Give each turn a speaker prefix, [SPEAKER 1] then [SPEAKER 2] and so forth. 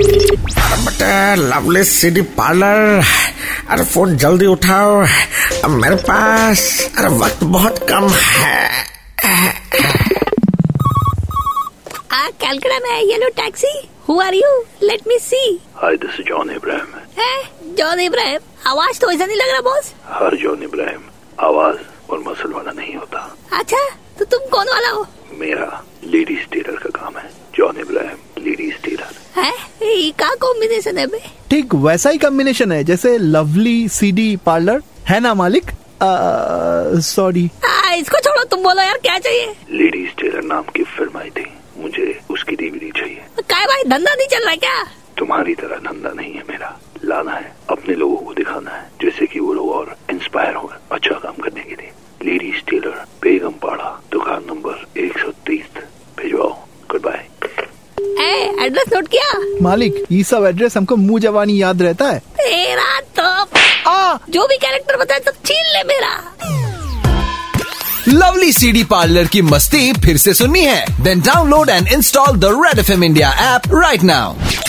[SPEAKER 1] But lovely city parlour अरे phone जल्दी उठाओ अब मेरे पास अरे वक्त बहुत कम है
[SPEAKER 2] आ कैलकटा में yellow taxi who are you let me see
[SPEAKER 3] Hi, this is John Abraham.
[SPEAKER 2] John Ibrahim आवाज तो ऐसा नहीं लग रहा बॉस
[SPEAKER 3] हर जॉन इब्राहिम आवाज और मसल वाला नहीं होता
[SPEAKER 2] अच्छा तो तुम कौन वाला हो
[SPEAKER 3] मेरा लेडीज टेलर का काम है जॉन इब्राहिम लेडीज टेलर
[SPEAKER 2] है ये का कॉम्बिनेशन है बे
[SPEAKER 4] ठीक वैसा ही कॉम्बिनेशन है जैसे लवली सीडी पार्लर है ना मालिक सॉरी
[SPEAKER 2] आ, इसको छोड़ो तुम बोलो यार क्या चाहिए
[SPEAKER 3] लेडीज टेलर नाम की फिल्म आई थी मुझे उसकी डीवीडी चाहिए
[SPEAKER 2] काय भाई धंधा नहीं चल रहा क्या
[SPEAKER 3] तुम्हारी तरह धंधा नहीं है मेरा लाना है अपने लोगों को दिखाना है जैसे कि वो लोग और इंस्पायर हो अच्छा काम करने के लिए लेडीज टेलर बेगम पाड़ा दुकान नंबर एक सौ तीस भिजवाओ गुड बाय
[SPEAKER 2] ए एड्रेस नोट किया
[SPEAKER 4] मालिक ये सब एड्रेस हमको मुंह जवानी याद रहता है
[SPEAKER 2] तेरा तो
[SPEAKER 4] आ
[SPEAKER 2] जो भी कैरेक्टर बताए सब छीन ले मेरा
[SPEAKER 5] लवली सीडी पार्लर की मस्ती फिर से सुननी है then download and install the red F India app right now